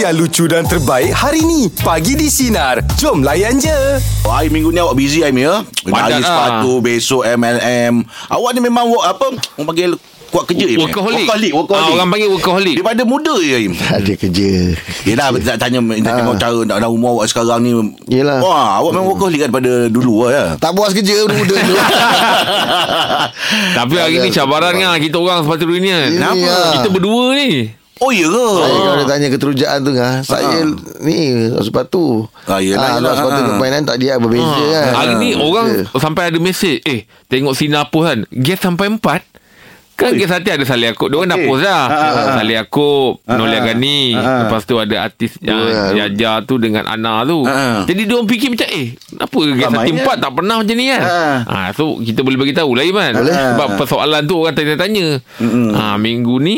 yang lucu dan terbaik hari ni. Pagi di Sinar. Jom layan je. Oh, hari minggu ni awak busy Aim ya Hari Padat lah. sepatu Besok MLM Awak ni memang work, Apa Orang panggil Kuat kerja Aim, ya? Workaholic. Workaholic, workaholic. Ah, orang panggil workaholic. Daripada muda je Aim Tak ada kerja Yelah kita nak tanya Kita tengok cara Nak dalam umur awak sekarang ni Ah. Yelah. Wah awak memang workaholic kan Daripada dulu lah ya Tak puas kerja Muda tu Tapi hari ni cabaran kan Kita orang sepatu dunia kan. Ini Kenapa? lah. Kita berdua ni Oh iya ke Saya Eh, kalau dia tanya keterujaan tu kan Ah. Saya ni Sepatu Ah, yelah, Ah, kalau yelah. Sepatu Ah. permainan tak dia Berbeza kan Hari ni Ah, orang berbeza. sampai ada mesej Eh tengok sinar post kan Gas sampai empat Kan gas hati ada Salih Akub Diorang dah Okey. post dah Ha, ha, ha. Salih Akub ha. Nolia Gani Ha, ha. Lepas tu ada artis Dua. yang Jaja tu dengan Ana tu Ha, ha. Jadi diorang fikir macam Eh kenapa gas hati Ramainya. empat Tak pernah macam ni kan Ha. ha, So kita boleh bagi tahu lah Iman Boleh. Sebab Ha. persoalan tu orang tanya-tanya ha, Minggu ni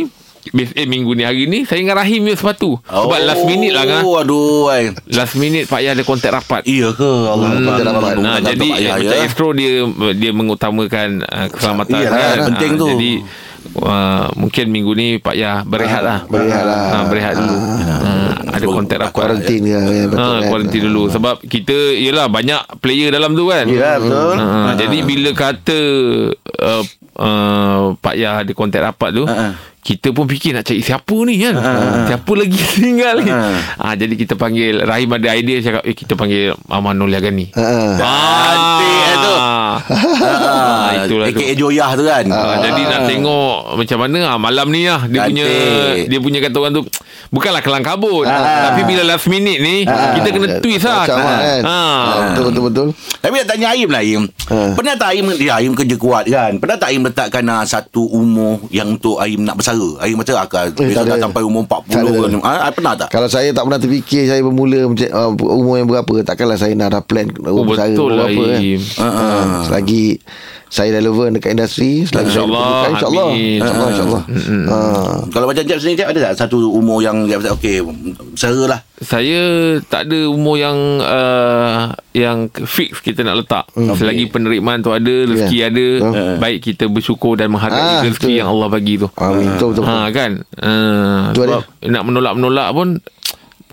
bes- Eh minggu ni hari ni Saya dengan Rahim punya sepatu Sebab last minute lah kan Oh aduh Aim Last minute Pak Yah ada kontak rapat Iya ke Allah Hmm. Allah, Allah, Allah, Nah, Allah, jadi Allah, ya, Allah, macam ya. Astro dia dia mengutamakan uh, keselamatan Iyalah, kan. penting Ah, tu. Jadi uh, mungkin minggu ni Pak Yah berehat lah. berehat lah. Ah, berehat dulu. Ah, ada kontak rapat. Kuarantin ke kan? Ha, kan? kuarantin dulu sebab kita ialah banyak player dalam tu kan. Ah. Yelah, betul. Ha, Ha. jadi bila kata uh, uh, Pak Yah ada kontak rapat tu Ha. Kita pun fikir nak cari siapa ni Ah, kan Siapa lagi tinggal ni ha. Jadi kita panggil Rahim ada idea cakap Eh kita panggil Amanul Yagani Ah. Ha. Cantik eh, lah tu. Ah, itulah tu. AKA Joyah tu kan Ah, Jadi nak tengok macam mana ah, malam ni lah dia punya Cantik. dia punya kata orang tu bukanlah kelang kabut Ah. tapi bila last minute ni kita kena twist lah. ah, Macam mana kan Ha. Betul betul betul Tapi nak tanya Aim lah Aim Ha. Pernah tak Aim Ya Aim kerja kuat kan Pernah tak Aim letakkan uh, Satu umur Yang untuk Aim nak bersara Aim macam akal Eh, Besok tak dah ada. sampai umur 40 Tak ada, tak kan. ada. ha, Pernah tak? Kalau saya tak pernah terfikir Saya bermula macam uh, Umur yang berapa Takkanlah saya nak dah plan Oh, umur saya betul ah. umur lah berapa, kan. Im. Ha, ha. Selagi saya relevan dekat industri Selagi saya InsyaAllah, diperlukan InsyaAllah amin. Ah, InsyaAllah InsyaAllah ha. Kalau macam Jeb sendiri Jeb ada tak Satu umur yang Jeb kata Okay Bersara lah Saya tak ada umur yang uh, yang fix kita nak letak. Selagi penerimaan tu ada, rezeki Hmm. Ya. ada, Betul. baik kita bersyukur dan Ah, menghargai betul. rezeki yang Allah bagi tu. Ah. Amin Betul betul, betul. Ha kan. Uh, Tu sebab nak menolak-menolak pun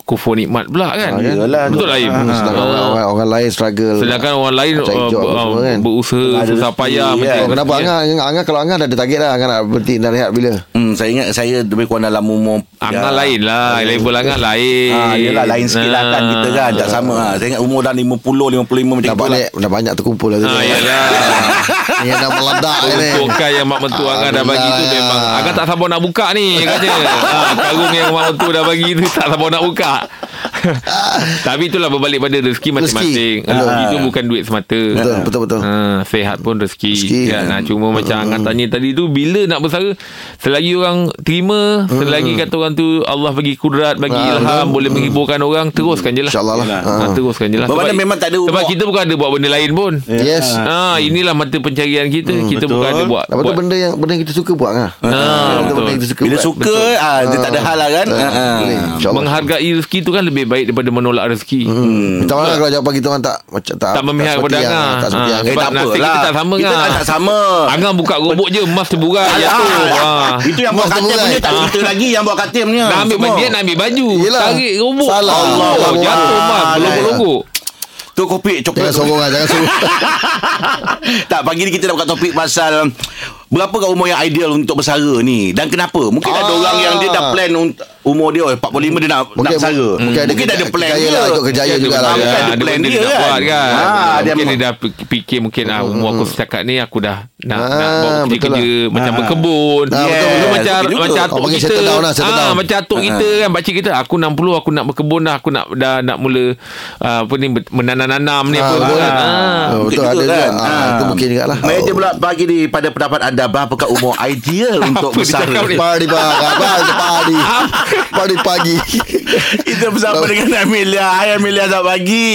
kufur nikmat pula kan. Ah, yalah, Betul tu. lah Im. Ah, Sedangkan Ah. orang, orang, orang lain struggle Sedangkan orang lain Cari uh, job ber, apa semua, uh, kan? berusaha Ada susah rezeki, payah kan? mencari Oh, Kenapa rezeki, Angah kan? Angah kalau Angah dah ada target dah Angah nak berhenti nak rehat bila hmm, Saya ingat Saya lebih kurang dalam umur Angah lain lah Level Angah lain Ha, Ya. yelah lain sikit lah kan kita kan Tak sama ha. Saya ingat umur dah 50 55 macam Dah tu lah banyak Dah banyak terkumpul lah tu. Ah, yelah Yang dah meledak kan, eh. ni Untukkan yang mak mentua Angah dah bagi tu Alhamdulillah. memang Angah tak sabar nak buka ni Dia kata ha, Karung yang mak mentua dah bagi tu Tak sabar nak buka Tapi itulah berbalik pada rezeki masing-masing Rezeki. Rezeki tu bukan duit semata Betul, betul, betul. ha, Sehat pun rezeki, Rezeki. ya. kan? Nah, Cuma macam Angah tanya tadi tu Bila nak bersara Selagi orang terima Hmm. Selagi kata orang tu Allah bagi kudrat Bagi Ah, ilham Boleh menghiburkan orang Teruskan je lah InsyaAllah lah. ha, Teruskan je lah Bermakna memang tak ada Sebab umur. kita bukan ada buat benda lain pun Yes Ah, inilah mata pencarian kita. kita betul. bukan ada buat. Apa tu buat. benda yang Benda yang kita suka buat Angah Ah, Benda yang betul. kita suka Bila buat. Eh, suka ha, Dia tak ada hal lah kan ha, ha. Ah, Boleh, InsyaAllah Menghargai rezeki tu kan lebih baik daripada menolak rezeki. Minta maaf lah kalau jawapan kita orang tak macam tak Tak memihak tak kepada seperti Angah. yang- Tak seperti Ah, yang Eh sebab tak nasib apa kita lah tak sama, Kita Ngah. kan tak sama Angang buka robot je emas terburai jatuh. Ah, Ah. Itu yang buat Mas katil terurat. punya Tak ada kita lagi Yang buat katil punya Nak Ah. ambil Semua. baju, nak ambil baju. Yelah. Tarik robot. Salah. Allah, Allah. jatuh emas, Alah, berlogok-logok. Tu kopi coklat Jangan tu. sorong lah Jangan sorong Tak pagi ni kita nak buka topik pasal Berapa kat umur yang ideal untuk bersara ni Dan kenapa Mungkin ada Ah. orang yang dia dah plan unt- Umur dia oh, 45 dia nak, nak bersara mungkin Mungkin, ada ada kerja- plan kerjaya dia lah, ikut kerjaya Dia jugalah. ada Mungkin benda- ada ada plan benda dia nak kan, buat kan. Ah, dia mungkin memang- dia dah pi- fikir mungkin ah, umur aku setakat ni aku dah nak, Ah, nak buat kerja, betul lah. kerja macam berkebun. Ah, betul, Dulu betul. macam Betul juga. macam atuk Orang panggil kita. settle down lah, settle ah, down. macam atuk kita kan pakcik kita aku 60 aku nak berkebun dah aku nak dah nak mula ah, apa ni menanam-nanam ni apa betul. kan. Ah. Ah, Betul ada juga Ah, Itu mungkin juga lah kan? Meja pula pagi ni Pada pendapat anda Berapakah umur ideal Untuk Apa dia bersara cakap ni? Party bang Abang party Party pagi Kita bersama dengan Amelia Hai Amelia selamat pagi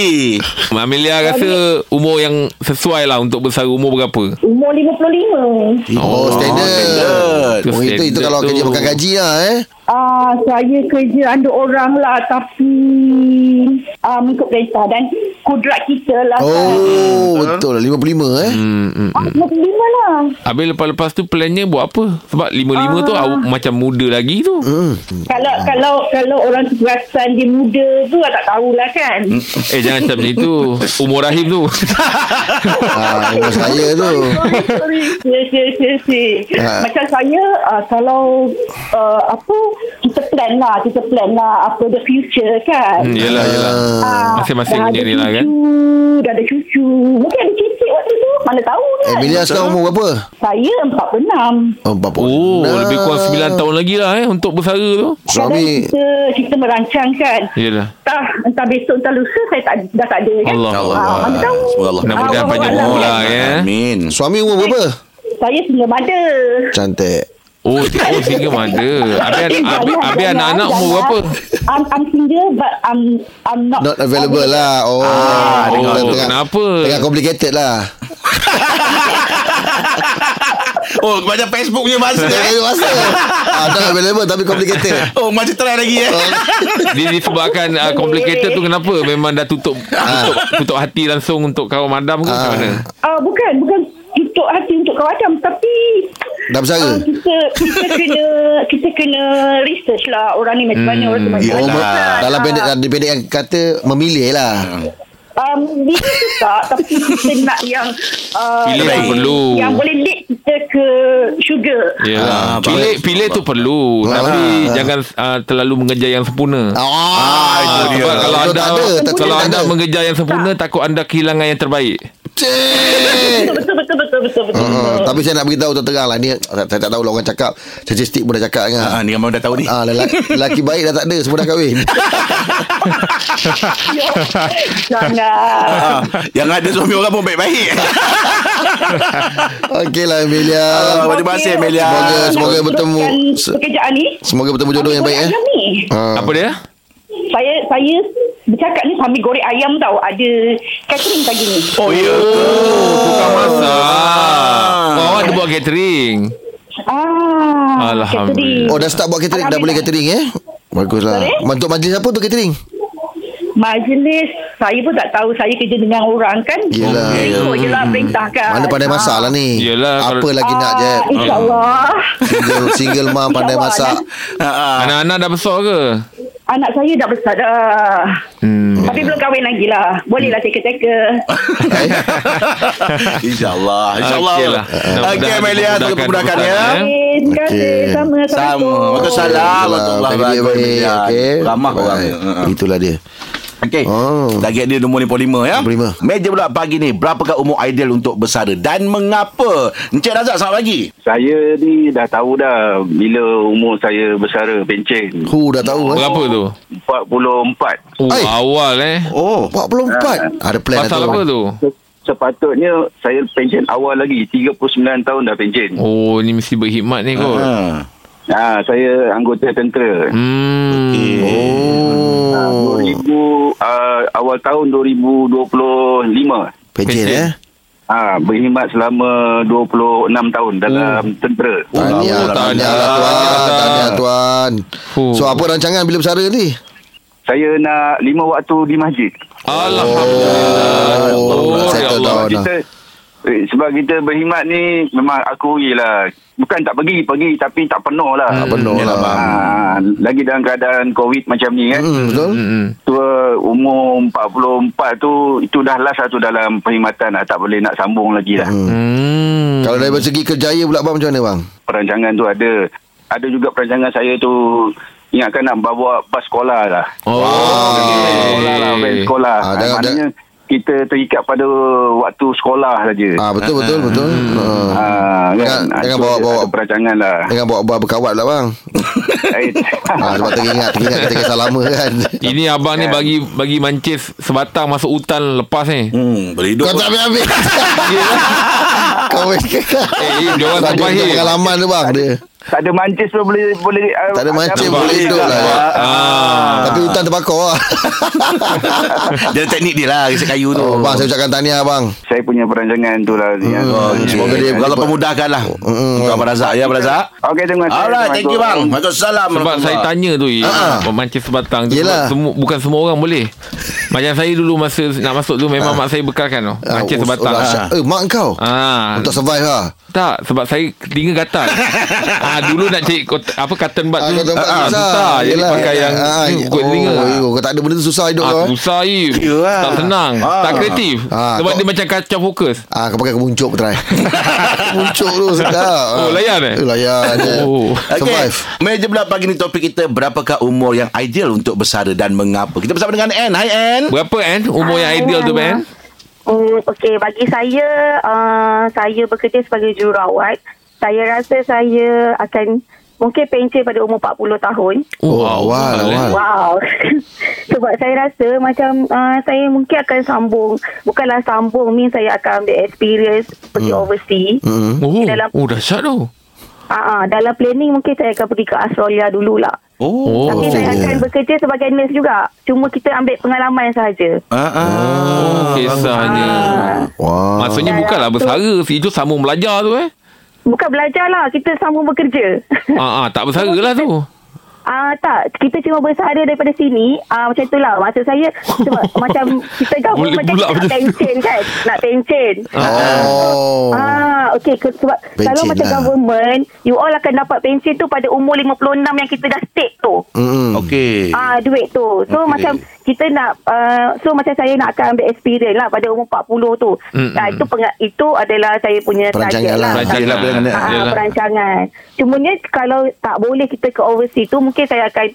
Amelia rasa umur yang sesuai lah untuk besar umur berapa? Umur 55. Oh standard Standard. Oh, itu, itu Standard kalau tu. kerja bukan gaji lah eh Ah, saya kerja under orang lah tapi ah, mengikut perintah dan kudrat kita lah. Oh betul 55 eh Hmm, hmm. Ah, 55 lah. Habis lepas-lepas tu plannya buat apa? Sebab 55 tu awak macam muda lagi tu. Hmm. Kalau kalau kalau orang tu perasan dia muda tu tak tahulah kan. Hmm, Eh jangan macam itu. Umur rahim tu. ah, Umur saya tu Sorry, sorry, sorry, sorry, sorry. Ha. Macam saya uh, kalau uh, apa kita plan lah, kita plan lah apa the future kan. ya. Hmm, yelah, yelah. Ah, Masing-masing dah punya ada ni lah, kan? cucu, Dah ada cucu. Mungkin ada cicit waktu tu. Mana tahu kan. Emilia sekarang umur berapa? Saya 46. Oh, 46. Oh, lebih kurang 9 tahun lagi lah eh untuk bersara tu. Suami Kadang kita, kita merancangkan. Yelah. Entah, entah besok, entah lusa saya tak, dah tak ada kan. Allah. Allah. Ah, mana tahu. Semoga Allah. Mudah-mudahan Ah, panjang Allah umur Alam. lah ya. Oh, Amin. Suami umur berapa? Saya single mother. Cantik Oh, oh single mother. Habis Eh, habis- habis anak-anak umur berapa? I'm, I'm single but I'm, I'm not, Not available lah Oh, Ah, tengok oh, tengah- kenapa? Tengah complicated lah Oh, macam Facebook punya masa. Tengah eh. rasa ah, Not available tapi complicated Oh, macam try lagi eh. Dia disebabkan uh, complicated tu kenapa? Memang dah tutup tutup, tutup hati langsung untuk kawan madam ke macam Ah. mana? Ah, bukan, bukan tutup hati untuk kawan macam tapi Dah Ah, bersara? kita kita kena kita kena research lah orang ni macam mana orang tu macam Oh, mana. me- dalam pendek Ah, dalam pendek yang kata memilih lah. um, dia susah tapi kita nak yang uh, Pilih yang, yang perlu. yang boleh lead kita ke sugar. Ya. Ah, pilih baik. pilih tu perlu Ah. tapi Ah. jangan uh, terlalu mengejar yang sempurna. Ah, Ah, itu sebab dia. kalau Betul anda tak ada, tak- kalau tak anda ada. mengejar yang sempurna takut anda kehilangan yang terbaik. Betul betul betul betul betul betul. Ah, tapi saya nak beritahu terang-terang lah ni saya tak tahu lah orang cakap statistik pun dah cakap Ah, kan. ni memang dah tahu ni. Ah, lelaki, lelaki baik dah tak ada semua dah kahwin. Ya. Jangan. Ah, yang ada suami orang pun baik-baik. Okeylah lah, Amelia. Ah, terima kasih Okey. Amelia. Semoga semoga Nak bertemu teruskan se- pekerjaan ni. semoga bertemu jodoh yang baik eh. Ayam ni. Ah. Apa dia? Saya saya bercakap ni sambil goreng ayam tau. Ada catering pagi ni. Oh, ya. Tukang masak. Ah. Oh, awak ada buat catering. Ah, Alhamdulillah. catering. Oh dah start buat catering dah boleh catering eh. Baguslah. Sorry? Untuk majlis apa tu catering? Majlis saya pun tak tahu saya kerja dengan orang kan. Yelah. Ikut je lah perintah kan. Hmm. Mana pandai masak lah ni. Yelah, Apa kalau- lagi nak je. Hmm. Ah, InsyaAllah. Single, single mom pandai InsyaAllah, masak. Ah. Anak-anak dah besar ke? Anak saya dah besar dah. Hmm. Tapi belum kahwin lagi lah. Boleh lah teka-teka. Eh? InsyaAllah. InsyaAllah. Okey lah. Okey, Mudah-mudahan Amelia. Tunggu dipermudahkan perbudakan ya. keputusan, Terima kasih. Okey. Sama. Sama. Assalamualaikum. Waalaikumsalam. Warahmatullahi Family baik. wabarakatuh. Okay. Ramah orang. Bye. Eh, Itulah dia. Okey. Oh. Target dia nombor 55 ya. 55. Meja pula pagi ni. Berapakah umur ideal untuk bersara dan mengapa? Encik Razak selamat pagi. Saya ni dah tahu dah bila umur saya bersara pencen. Hu dah tahu eh. Berapa tu? 44. Oh, Ai. awal eh. Oh, 44. Ada plan dah Pasal tu. apa tu? Se- Sepatutnya saya pencen awal lagi 39 tahun dah pencen. Oh, ni mesti berkhidmat ni kot. Ah. Ha. Ha, saya anggota tentera. Hmm. Oh. 2000 uh, awal tahun 2025. Pencen eh. Ha, berkhidmat selama 26 tahun dalam tentera. Tahniah, Oh, tahniah tahniah. lah tuan. Tahniah. Tahniah tuan. Huh. So apa rancangan bila bersara ni? Saya nak lima waktu di masjid. Alhamdulillah. Oh, Oh, ya settle Allah. down. Oh, kita eh, sebab kita berkhidmat ni memang aku lah. Bukan tak pergi, pergi tapi tak penuh lah. Tak penuh Hmm, lah, bang. Ha, lagi dalam keadaan COVID macam ni kan. Hmm, betul? Hmm. Tua umur 44 tu itu dah last satu dalam perkhidmatan lah. Tak boleh nak sambung lagi lah. Hmm. Kalau dari segi kerjaya pula bang macam mana bang? Perancangan tu ada. Ada juga perancangan saya tu ingatkan nak bawa bas sekolah lah. Oh. Sekolah lah, van sekolah. Ah, jangan- Maknanya kita terikat pada waktu sekolah saja. Ah betul betul betul. Ah. Ah, Jangan- kan? Ah, jangan tu bawa- ada- bawa- ada perancangan lah. Dengan bawa bawa berkawat pula bang. Eh, Ah sebab teringat teringat kita kisah lama kan. Ini abang ni bagi bagi mancis sebatang masuk hutan lepas ni. Hmm, boleh hidup. Kau tak habis-habis. Kau weh. Ya. Eh, dia orang Sebab dia terbaik. dia pengalaman tu bang dia. tak ada mancis pun boleh boleh Tak ada mancing Nampak? boleh hidup lah. Ah. Tapi itu hutan terbakar lah. Dia ada teknik dia lah Kisah kayu tu oh, bang, saya ucapkan tahniah bang. Saya punya perancangan tu lah ni. Oh, Hmm. Ni. Semoga dia Allah pemudahkan lah Bukan Abang Razak ya Abang Razak Okey, terima kasih. Alright thank you bang Waalaikumsalam Sebab saya tanya tu ya, Pemancing sebatang tu Ah. Yelah. sebab semua, Bukan semua orang boleh Macam saya dulu Masa nak masuk tu Memang mak saya bekalkan tu Mancing Ah, sebatang oh, Ah. dahsyat. Eh, mak kau. Ah. Untuk survive lah. Tak sebab saya telinga gatal. ah dulu nak cari kot, apa cotton bud Ah, tu. kau tempat ah, susah. susah. Jadi lah. Yelah. pakai yang Ah, ni kot oh, telinga. yo, Kau tak ada benda tu susah hidup kau. Ah, eh. lah. susah ye. Yalah. Tak senang. Ah. Tak kreatif. Ah, sebab kau- dia macam kacau fokus. Ah, kau pakai kemuncuk try. Kemuncuk tu sedap. Oh, layan eh? Eh, layan je. Oh. Okay. Survive. Meja pula pagi ni topik kita Berapakah umur yang ideal untuk bersara dan mengapa Kita bersama dengan Anne Hai Anne Berapa kan umur yang Ah, ideal tu ya, Ben? ya. Oh, okey. Bagi saya, uh, saya bekerja sebagai jururawat. Saya rasa saya akan mungkin pension pada umur 40 tahun. Oh, awal, awal. Ah. Wow. Sebab saya rasa macam uh, saya mungkin akan sambung. Bukanlah sambung means saya akan ambil experience pergi Hmm. mm. overseas. Mm. Oh, Dalam- oh dahsyat tu. Uh, dalam planning mungkin saya akan pergi ke Australia dululah. Oh Oh, Tapi saya akan bekerja sebagai nurse juga. Cuma kita ambil pengalaman sahaja. Ah, ah. Oh, kisahnya. Wah. Maksudnya Ah. bukanlah bersara Si itu sambung belajar tu eh Bukan belajar lah. Kita sambung bekerja. ah, ah, Tak bersara lah tu Ah uh, tak, kita cuma bersara daripada sini. Ah uh, macam itulah maksud saya sebab macam kita gabung Boleh macam pula kita nak macam tu. pension kan. Nak pension. Oh. Ah okey ke- sebab Pension kalau macam lah. government, you all akan dapat pension tu pada umur 56 yang kita dah stake tu. Mm-mm. Okay Ah duit tu. So Okey. macam kita nak uh, so macam saya nak akan ambil experience lah pada umur 40 tu. Mm-mm. Nah, itu penga- itu adalah saya punya Perancangan target lah. Perancangan. Yelah, bilang Anne. Ah, Yelah. perancangan. Cumanya kalau tak boleh kita ke overseas tu mungkin saya akan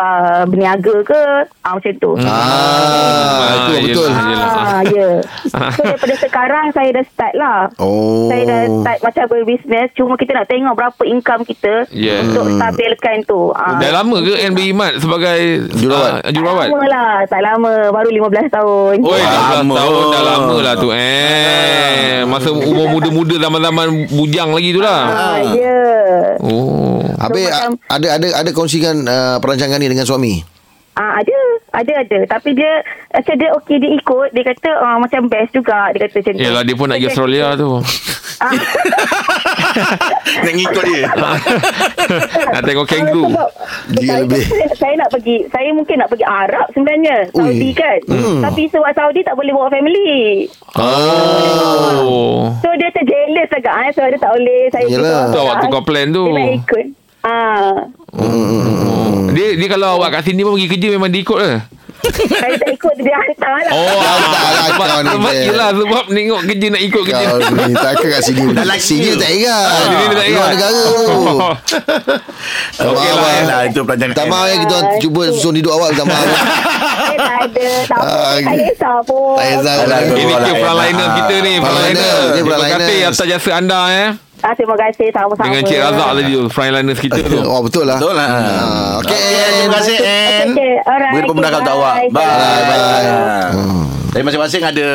uh, berniaga ke ah, macam tu. Hmm, Ah, itu yelah, betul. yelah. Ah, ya. So daripada sekarang saya dah start lah. Oh. Saya dah start macam berbisnes cuma kita nak tengok berapa income kita Yeah. untuk stabilkan tu. Ah. Dah lama ke Anne berimat sebagai Jururawat. ah, Jururawat Lama lah. Tak lama. Baru 15 tahun. Oi, dah Lama. tahun dah lama lah tu Ah. Eh Masa umur muda-muda Zaman-zaman bujang lagi tu lah Ah, ya. Oh Habis So, macam- a- ada ada ada kongsikan uh, perancangan ni dengan suami. Ah ada, ada ada. Tapi dia macam dia okey dia ikut, dia kata ah, macam best juga. Dia kata macam tu. Yelah dia pun nak pergi Australia tu Ah, Nak ngikut dia Ah. Nak tengok kangaroo sebab Dia saya, lebih- saya, saya nak pergi Saya mungkin nak pergi Arab sebenarnya Saudi kan Hmm. Tapi sebab Saudi tak boleh bawa family Oh So dia macam jealous agak eh. So dia tak boleh Saya Yelah. ikut orang Tu awak Arab. tukar plan tu. Dia nak ikut Ah, Hmm. Dia dia kalau awak kat sini pun pergi kerja Memang lah. diikut ke Saya tak ikut Dia hantar lah Oh tak, Sebab kau ni, sebab- Ben. Yelah sebab Tengok kerja nak ikut kerja Kau ni takkan kat sini. Dalam sini dia tak ingat. Ah, sini dia tak Luar ingat. negara tu. Oh. Okey lah Anne lah Itu perancangan Tak mahu Anne. yang eh, kita orang cuba susun hidup awak tak mahu. Saya tak ada Tak apa Ah, Tak kisah pun Tak kisah. Alah, Ini Alah, ke Anne. frontliner kita ni Ah, Frontliner frontliner. Dia Terima kasih frontliners. atas jasa anda eh ah, Terima kasih sama-sama Dengan Cik Razak tadi tu Frontliners kita tu Oh betul lah. Betul lah Ah, Okay okey. Terima kasih Anne Okay, alright. Boleh pemudahkan Okay, untuk awak bye. Bye Bye, Bye Hmm. bye. Tapi masing-masing ada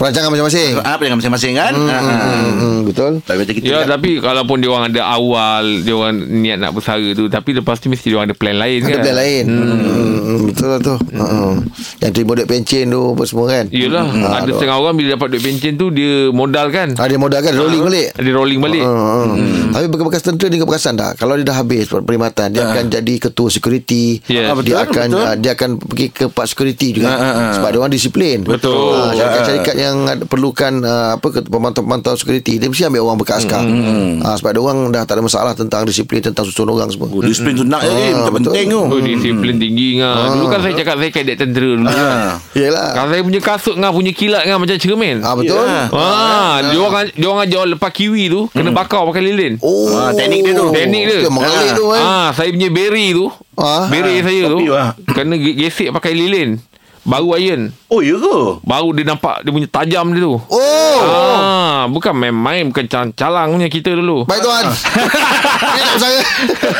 Perancangan masing-masing. Apa dengan masing-masing kan Ah, ah. Hmm, betul. Tapi macam kita Ya kan? tapi kalaupun dia orang ada awal dia orang niat nak bersara tu tapi lepas tu mesti dia orang ada plan lain Ada kan. plan lain. Hmm. Betul lah tu. Hmm. Yang terima duit pencen tu apa semua kan. Yelah Ah, ada tu. setengah orang bila dapat duit pencen tu dia modal kan. Ah, dia modal kan rolling balik. Dia rolling balik. Hmm. hmm. Tapi bekas-bekas tentera ni kau perasan tak? Kalau dia dah habis per- perkhidmatan, dia akan jadi ketua security. Yes. dia Ah. Betul, akan betul. ah, dia akan pergi ke part security juga. Ah, ah, ah. Sebab dia orang disiplin. Betul. Ah, syarikat-syarikat yang ada- perlukan ah, apa ke- pemantau-pemantau security, dia mesti ambil orang bekas askar. Hmm. Ah, sebab dia orang dah tak ada masalah tentang disiplin, tentang susun orang semua. Oh, Disiplin tu nak Ah, je Macam penting tu Hmm. Oh, disiplin tinggi ngah. Dulu kan saya cakap saya kadet tentera dulu. Hmm. Ah. Yelah. Kalau saya punya kasut ngah punya kilat ngah macam cermin. Ah Hmm. betul. Yelah. Ah, dia orang dia orang ajar lepas kiwi tu Hmm. kena bakar pakai lilin. Oh, Ah, teknik dia tu. Teknik dia. Dia mengalir Ah. tu kan. Ah, saya punya berry tu. Ah. Berry saya tu. Kopi tu, ah. Kena ge- gesek pakai lilin. Baru iron. Oh ya ke Baru dia nampak dia punya tajam dia tu. Oh. Ah, bukan main-main bukan calang-calang punya kita dulu. Baik tuan. Ini tak bersara.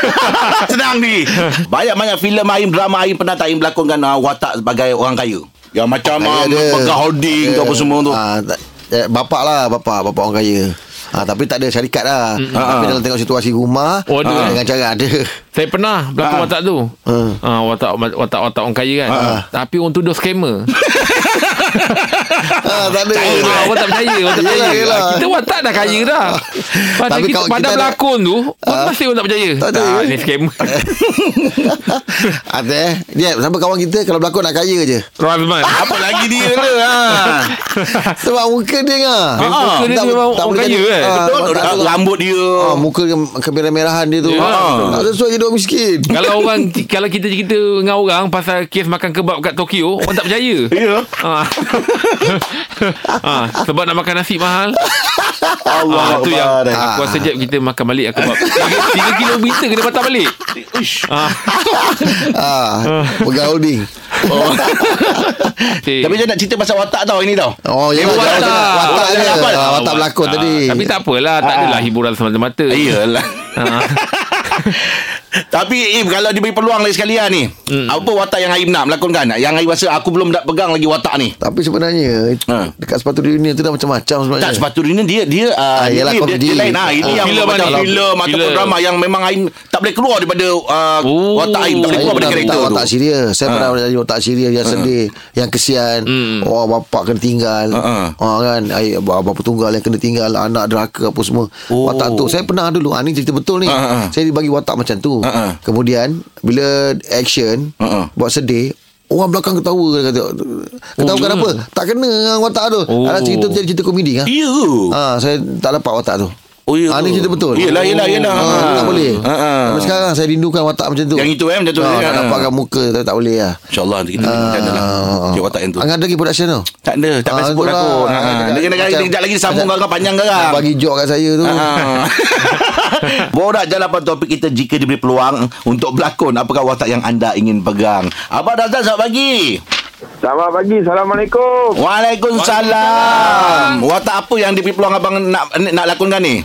Senang ni Banyak-banyak filem Aim drama Aim pernah tak Aim berlakonkan uh, Watak sebagai orang kaya Yang macam Kaya uh, dia. Ah. Pegang holding tu Apa semua tu Ah, tak- eh, bapak lah bapak bapak orang kaya. ha, Tapi tak ada syarikat lah mm. Ah. Tapi dalam tengok situasi rumah Oh, ada, ah, eh? Dengan cara ada Saya pernah berlakon Ah. watak tu. Hmm. Ah, watak watak watak orang kaya kan. Ah. Tapi orang tuduh scammer. ha, Tak ada Ah, orang tak percaya, orang tak Yelah, percaya. Ya, Ah, yelah. Ah. Kita watak dah kaya dah. Macam Tapi kita, kalau pada kita ada- Ah. berlakon tu, orang masih orang tak percaya. Tak ada, Ah, eh? ni scammer. Ada eh Dia Siapa kawan kita Kalau berlakon nak kaya je Rahman. Apa lagi dia lah ha. Ah, Sebab muka dia kan Memang muka dia memang orang boleh kaya, jadi- eh? Ah, Betul tak- tak- Rambut dia Oh, Ah, Muka dia kemerah-merahan dia tu Ya. Tak sesuai jadi orang miskin kalau orang kalau kita cerita dengan orang pasal kes makan kebab kat Tokyo, orang tak percaya. Ya. Ah. ah, sebab nak makan nasi mahal. Allah Ah, tu yang Akbar. aku rasa jap kita makan balik aku kebab. 3 kilometer kena patah balik. Uish. Ah. ah, Pegang holding Oh. Eh. Tapi saya nak cerita pasal watak tau ini tau. Oh Eh, ya watak. Watak Watak Watak dia apa? Ah, Watak pelakon Ah, tadi Tapi tak apalah, tak Ah. adalah hiburan semata-mata. Iyalah. Ah. Tapi Im kalau diberi peluang lagi sekali lah ni. Hmm. Apa watak yang Aim nak melakonkan? Yang Aim rasa aku belum nak pegang lagi watak ni. Tapi sebenarnya Ah. Dekat sepatu dunia tu dah macam-macam sebenarnya Tak sepatu ini dia dia uh, Eh. Ah, yelah, dia, dia, komedi. dia lain ah ini Ah, yang filem macam lah ni. filem ataupun Filem. drama yang memang Aim tak boleh keluar daripada uh, Oh. watak Aim tak boleh Saya keluar pernah daripada karakter tu. minta Ha. watak serius Saya pernah jadi watak serius Yang sedih Yang kesian Oh bapak kena tinggal Hmm. Ha, oh, kan Ay, Bapa tunggal yang kena tinggal Anak deraka apa semua Oh. Watak tu Saya pernah dulu ah, Ni cerita betul ni Ha, ha, ha. Saya dibagi watak macam tu Ha, ha. Kemudian Bila action Ha, ha. Buat sedih Orang belakang ketawa dia kata. Ketawa Oh, ya. kenapa? Tak kena dengan watak tu Oh. Alah cerita tu jadi cerita komedi kan? Ya. Ha, saya tak dapat watak tu Oh, ya Ah, ke? ni cerita betul. Yelah, yelah, yelah. Ah, Ah. tak boleh. Ah, ah. Tapi sekarang saya rindukan watak macam tu. Yang itu, eh, macam tu. Ah, nak Ah. nampakkan muka tapi tak boleh lah. InsyaAllah kita uh, rencana lah. Cik watak yang tu. Angkat lagi production tu. Tak ada, tak payah Ah, sebut itulah. aku. Ha. Ah, Dia kena kali macam- kejap lagi dia sambung macam- garang panjang garang. Bagi joke kat saya tu. Ah. Borak jalapan topik kita jika diberi peluang untuk berlakon apakah watak yang anda ingin pegang. Abang Razak selamat pagi. Selamat pagi. Assalamualaikum. Waalaikumsalam. Watak apa yang diberi peluang abang nak nak lakonkan ni?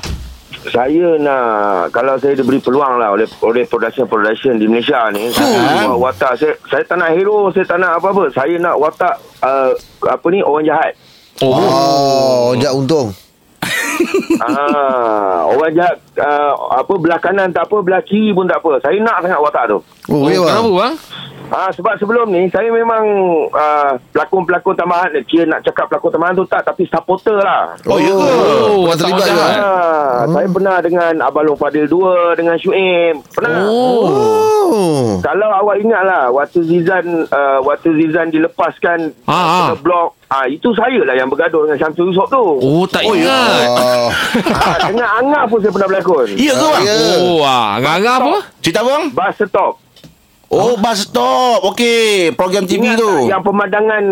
Saya nak kalau saya diberi peluang lah oleh oleh production-production di Malaysia ni, saya Ha? nak watak saya saya tak nak hero, saya tak nak apa-apa. Saya nak watak uh, apa ni orang jahat. Oh, Jack untung. ah, orang jahat uh, apa belah kanan tak apa, belah kiri pun tak apa. Saya nak sangat watak tu. Oh, Oh, ya bang. kenapa bang? Ah sebab sebelum ni saya memang uh, pelakon-pelakon tambahan kira nak cakap pelakon tambahan tu tak tapi supporter lah. Oh, ya ke? Oh, Pernah watak terlibat orang juga. jahat. Ah, saya pernah dengan Abang Long Fadil 2 dengan Syuim. Pernah. Oh. Oh. Kalau awak ingat lah Waktu Zizan uh, Waktu Zizan dilepaskan Ah, ah. Ke blok ah, Itu saya lah yang bergaduh Dengan Syamsul Yusof tu Oh, tak ingat. Oh. ah, Dengan Angah pun saya pernah berlakon Ya ke bang? Ya. Oh, ah, nganga apa? Cerita bang? Bus stop Oh, bus stop. Okey, program TV Ingat tu. tak Yang pemandangan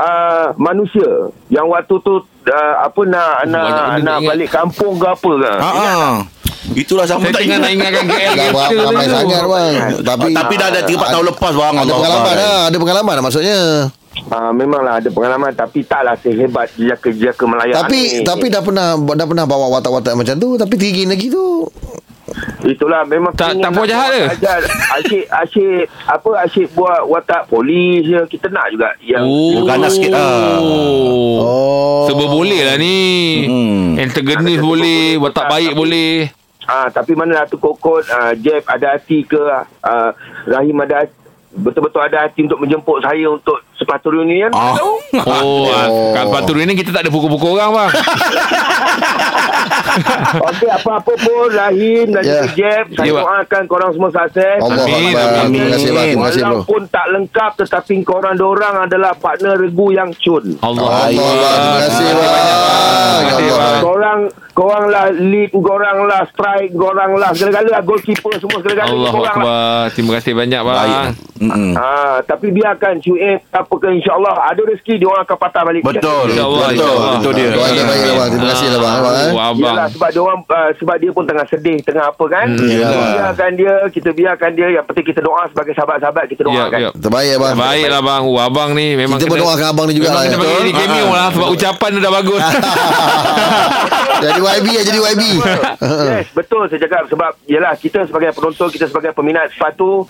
uh, Manusia Yang waktu tu uh, Apa nak Nak, banyak benda nak tak ingat. balik kampung ke apa ke Ha ah. Itulah sama Saya tak tengah nak ingat. ingatkan KL Dah gangster ram- ramai tu. sangat bang. Tapi Ah, Tapi, tapi dah eh. ada 3 4 tahun lepas bang Ada Allah pengalaman Akbar. lah. Ada pengalaman lah maksudnya. ah, Memanglah ada pengalaman Tapi taklah sehebat Jejaka-jejaka Ya, Melayu Tapi ni. tapi dah pernah dah pernah bawa watak-watak macam tu tapi tinggi lagi tu. Itulah memang Tak- keinginan tak puas jahat ke? Jahat. Asyik asyik apa asyik buat watak polis je kita nak juga yang Oh, ganas sikit lah. Oh. Oh. Serba boleh lah ni. Hmm. Antagonis Ada boleh, serba watak boleh. baik boleh. ah tapi mana lah tu kokot ah, Jeff ada hati ke ah, Rahim ada hati- betul-betul ada hati untuk menjemput saya untuk kan? sepatu reunion Ah. tahu Oh, oh. kat Batu ni kita tak ada pukul-pukul orang bang. okey apa-apa pun Rahim dan Ah. Ya. yeah. Jeff saya Ya, Pak. doakan korang semua sukses Allah Amin, Akbar. amin. Terima kasih bang. Terima kasih bro. Walaupun tak lengkap tetapi korang dorang adalah partner regu yang cun. Allah. Allah Allah. Terima kasih bang. Ya kasih, Allah. bang. Korang Korang lah lead Korang lah strike Korang lah Segala-gala lah Goalkeeper semua Segala-gala Allah korang lah Akbar. Terima kasih banyak bang. Baik. Mm-mm. Ah, tapi biarkan cuit apa ke insyaAllah ada rezeki dia orang akan patah balik Betul. InsyaAllah, Betul. insyaAllah. Itu dia. Doa yang baik lah bang. Terima kasih lah bang. Abang, eh. Wah, abang. Yalah, sebab dia orang uh, sebab dia pun tengah sedih tengah apa kan Hmm, Kita yalah. biarkan dia kita biarkan dia yang penting kita doa sebagai sahabat-sahabat kita Ya, doakan ya. Terbaik bang. Baiklah bang. Wah, abang ni memang Kita kena- berdoakan abang ni Memang jugalah. kita eh. panggil dia cameo lah Sebab ucapan dia dah bagus Jadi YB ya jadi YB. yes, Ha. betul saya cakap sebab yalah kita sebagai penonton, kita sebagai peminat sepatu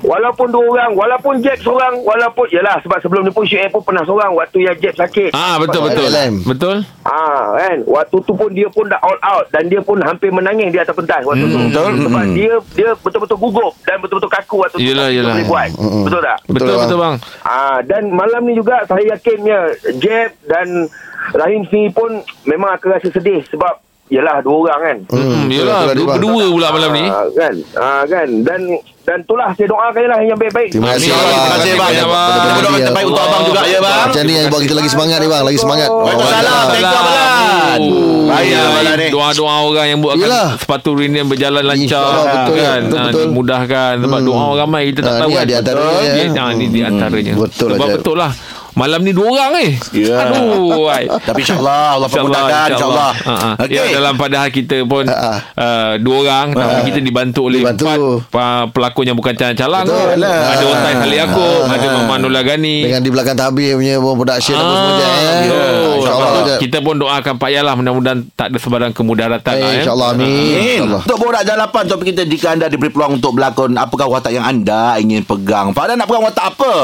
walaupun dua orang, walaupun Jeb seorang, walaupun yalah sebab sebelum ni pun Syed pun pernah seorang waktu yang Jeb sakit. Ah betul betul. LLM. Betul. Ah kan waktu tu pun dia pun dah all out dan dia pun hampir menangis di atas pentas waktu Hmm, tu. betul. Sebab Mm. dia dia betul-betul gugup dan betul-betul kaku waktu Yelah, tu. Dia yelah. Hmm, boleh buat. Betul tak? Betul, Betul bang. betul bang. Ah dan malam ni juga saya yakinnya Jeb dan Rahim Sri pun memang akan rasa sedih sebab yalah dua orang kan. Hmm, betul yalah lah, dua bang. berdua pula malam ni. Ah, kan ah, kan dan dan itulah saya doakanlah yang baik-baik Terima kasih. Amin. Terima kasih bang. Terima kasih, bang. Kita berdoa yang terbaik untuk abang juga ya bang. Macam ni yang buat kita lagi semangat ni bang, lagi semangat. Waalaikumsalam. Waalaikumsalam. Thank you, Abang. Oh, Baik, baik, Abang Lan, eh. Doa-doa orang yang buatkan Yelah. sepatu rinian berjalan lancar InsyaAllah, betul, kan. betul, Ah, betul. Dimudahkan sebab doa orang ramai kita tak Ah, tahu. ni kan. di antaranya, Betul. eh. Dia- ah, Ni di antaranya. Betul Sebab lah, Jeb. betul lah. Malam ni dua orang eh. Ya. Aduh. ai. Tapi insyaAllah Allah permudahkan insyaAllah. Ha, ha. Ya, Okey. dalam padahal kita pun Ha, ha. uh, dua orang tapi kita dibantu oleh Ah, Dibantu. empat pa- pelakon yang bukan calang-calang. tu. Betul lah. Ada Otai Salih Yaakob, Ha, ha. ada Maman Nurul Ghani. Dengan di belakang tabir punya pun production apa semua je. eh. betul. InsyaAllah. Sebab ya. Kita pun doakan Pak Yalah mudah-mudahan tak ada sebarang kemudaratan. lah, Eh, eh. InsyaAllah amin. Amin. InsyaAllah. Untuk borak jalapan topik kita jika anda diberi peluang untuk berlakon apakah watak yang anda ingin pegang? Farah nak pegang watak apa?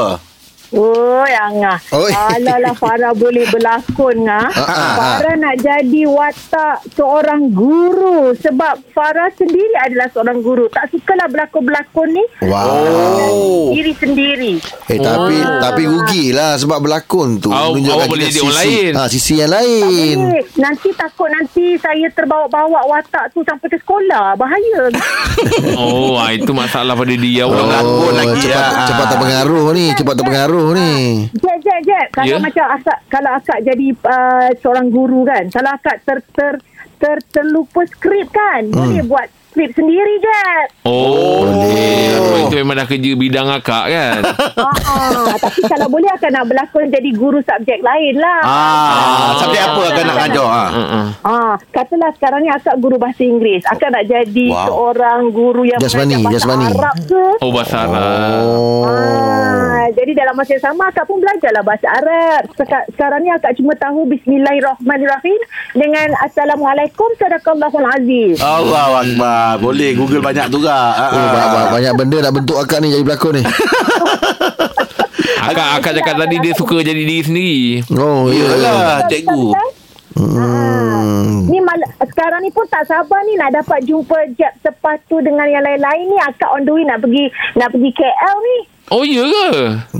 Oh, Angah. Oi. Kalau lah Farah boleh berlakon, ah. Ah, ah, Farah nak jadi watak seorang guru. Sebab Farah sendiri adalah seorang guru. Tak sukalah berlakon-berlakon ni. Wow. Oh. Diri sendiri. Eh tapi tapi rugilah sebab berlakon tu Oh. Awak- awak boleh jadi orang lain. ha, sisi yang lain. Eh, nanti takut nanti saya terbawa-bawa watak tu sampai ke sekolah. Bahaya. Oh, ah, itu masalah pada dia. Belum Oh. lakon Oh, lagi cepat lah. cepat terpengaruh ni, cepat terpengaruh ni. Jep, jep, jep. Kalau Ya. yeah. macam akak, kalau akak jadi uh, seorang guru kan. Kalau akak ter, ter, ter, terlupa skrip Hmm. kan. Boleh buat skrip sendiri, jep. Oh. Boleh. Itu memang dah kerja bidang akak kan. Ah, tapi kalau boleh akak nak berlakon jadi guru subjek lain lah. Ah, subjek apa akan nak ajar? Ha? uh-uh. Ah, katalah sekarang ni akak guru bahasa Inggeris. Akak nak jadi Wow. seorang guru yang Jasmani, mengajar bahasa jasmani. Arab ke? Oh, bahasa Arab. Oh. Ah, jadi dalam masa yang sama akak pun belajarlah bahasa Arab. Seka- Sekarang ni akak cuma tahu Bismillahirrahmanirrahim dengan Assalamualaikum Sadaqallahul Aziz. Allahu Akbar. Boleh Google banyak tu kak. Ah, Oh, ah. ba- ba- banyak benda nak bentuk akak ni jadi pelakon ni. Akak, akak cakap tadi dia suka jadi diri sendiri. Oh, ya. Yalah, Ah, cikgu. Ah, Ni mal- sekarang ni pun tak sabar ni nak dapat jumpa jap sepatu dengan yang lain-lain ni akak on the way nak pergi nak pergi KL ni. Oh, ya ke?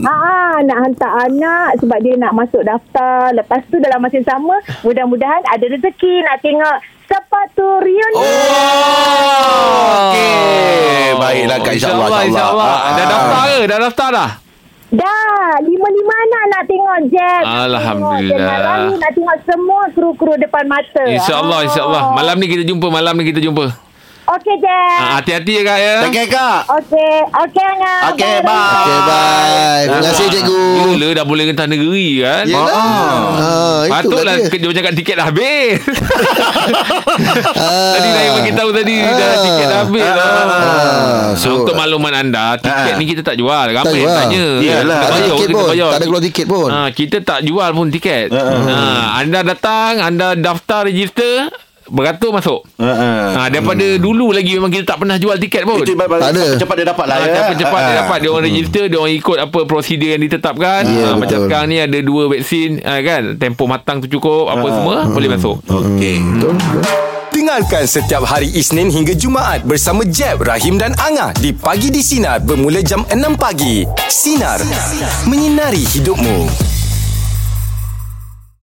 Ha nak hantar anak sebab dia nak masuk daftar. Lepas tu dalam masa yang sama mudah-mudahan ada rezeki nak tengok sepatu reuni. Okey, Ah. baiklah Kak insya-Allah insyaAllah. Dah daftar ke? Dah daftar dah? Dah, lima-lima anak nak tengok Jack. Alhamdulillah. Nak tengok Jack Marani, nak tengok semua kru-kru depan mata. InsyaAllah, Ah. insyaAllah. Malam ni kita jumpa, malam ni kita jumpa. Okey, Jack. Ah, hati-hati ya kak ya. Okey kak. Okey, okey, Angah. Okey, bye. Okay, bye. Terima kasih cikgu. Gila dah boleh rentas negeri kan. Yelah. Ah, Patutlah itulah dia. kerja macam kat tiket dah habis. Ah. tadi saya beritahu tadi dah Ah. tiket dah habis lah. Ah, so- So, untuk makluman anda, tiket Ah. ni kita tak jual. Ramai Tak yang jual. tanya. Yelah. Kita Tak ada bayar, tiket kita pun. bayar. Tak ada keluar tiket pun. Ah, kita tak jual pun tiket. Ah, anda datang, anda daftar register, beratur masuk. Ha. Ah, daripada Hmm. dulu lagi memang kita tak pernah jual tiket pun. Itu ibarat- Tak ada. cepat dia dapat lah. Ah, ya. siapa cepat dia Ah. dapat Dia orang register Dia orang ikut apa prosedur yang ditetapkan Ya, Ah, Macam betul. sekarang ni ada dua vaksin ah, kan Tempoh matang tu cukup Apa Ah, semua Boleh Hmm. masuk Okey. Hmm. Dengarkan setiap hari Isnin hingga Jumaat bersama Jeb, Rahim dan Angah di Pagi di Sinar bermula jam 6 pagi. Sinar. Menyinari hidupmu.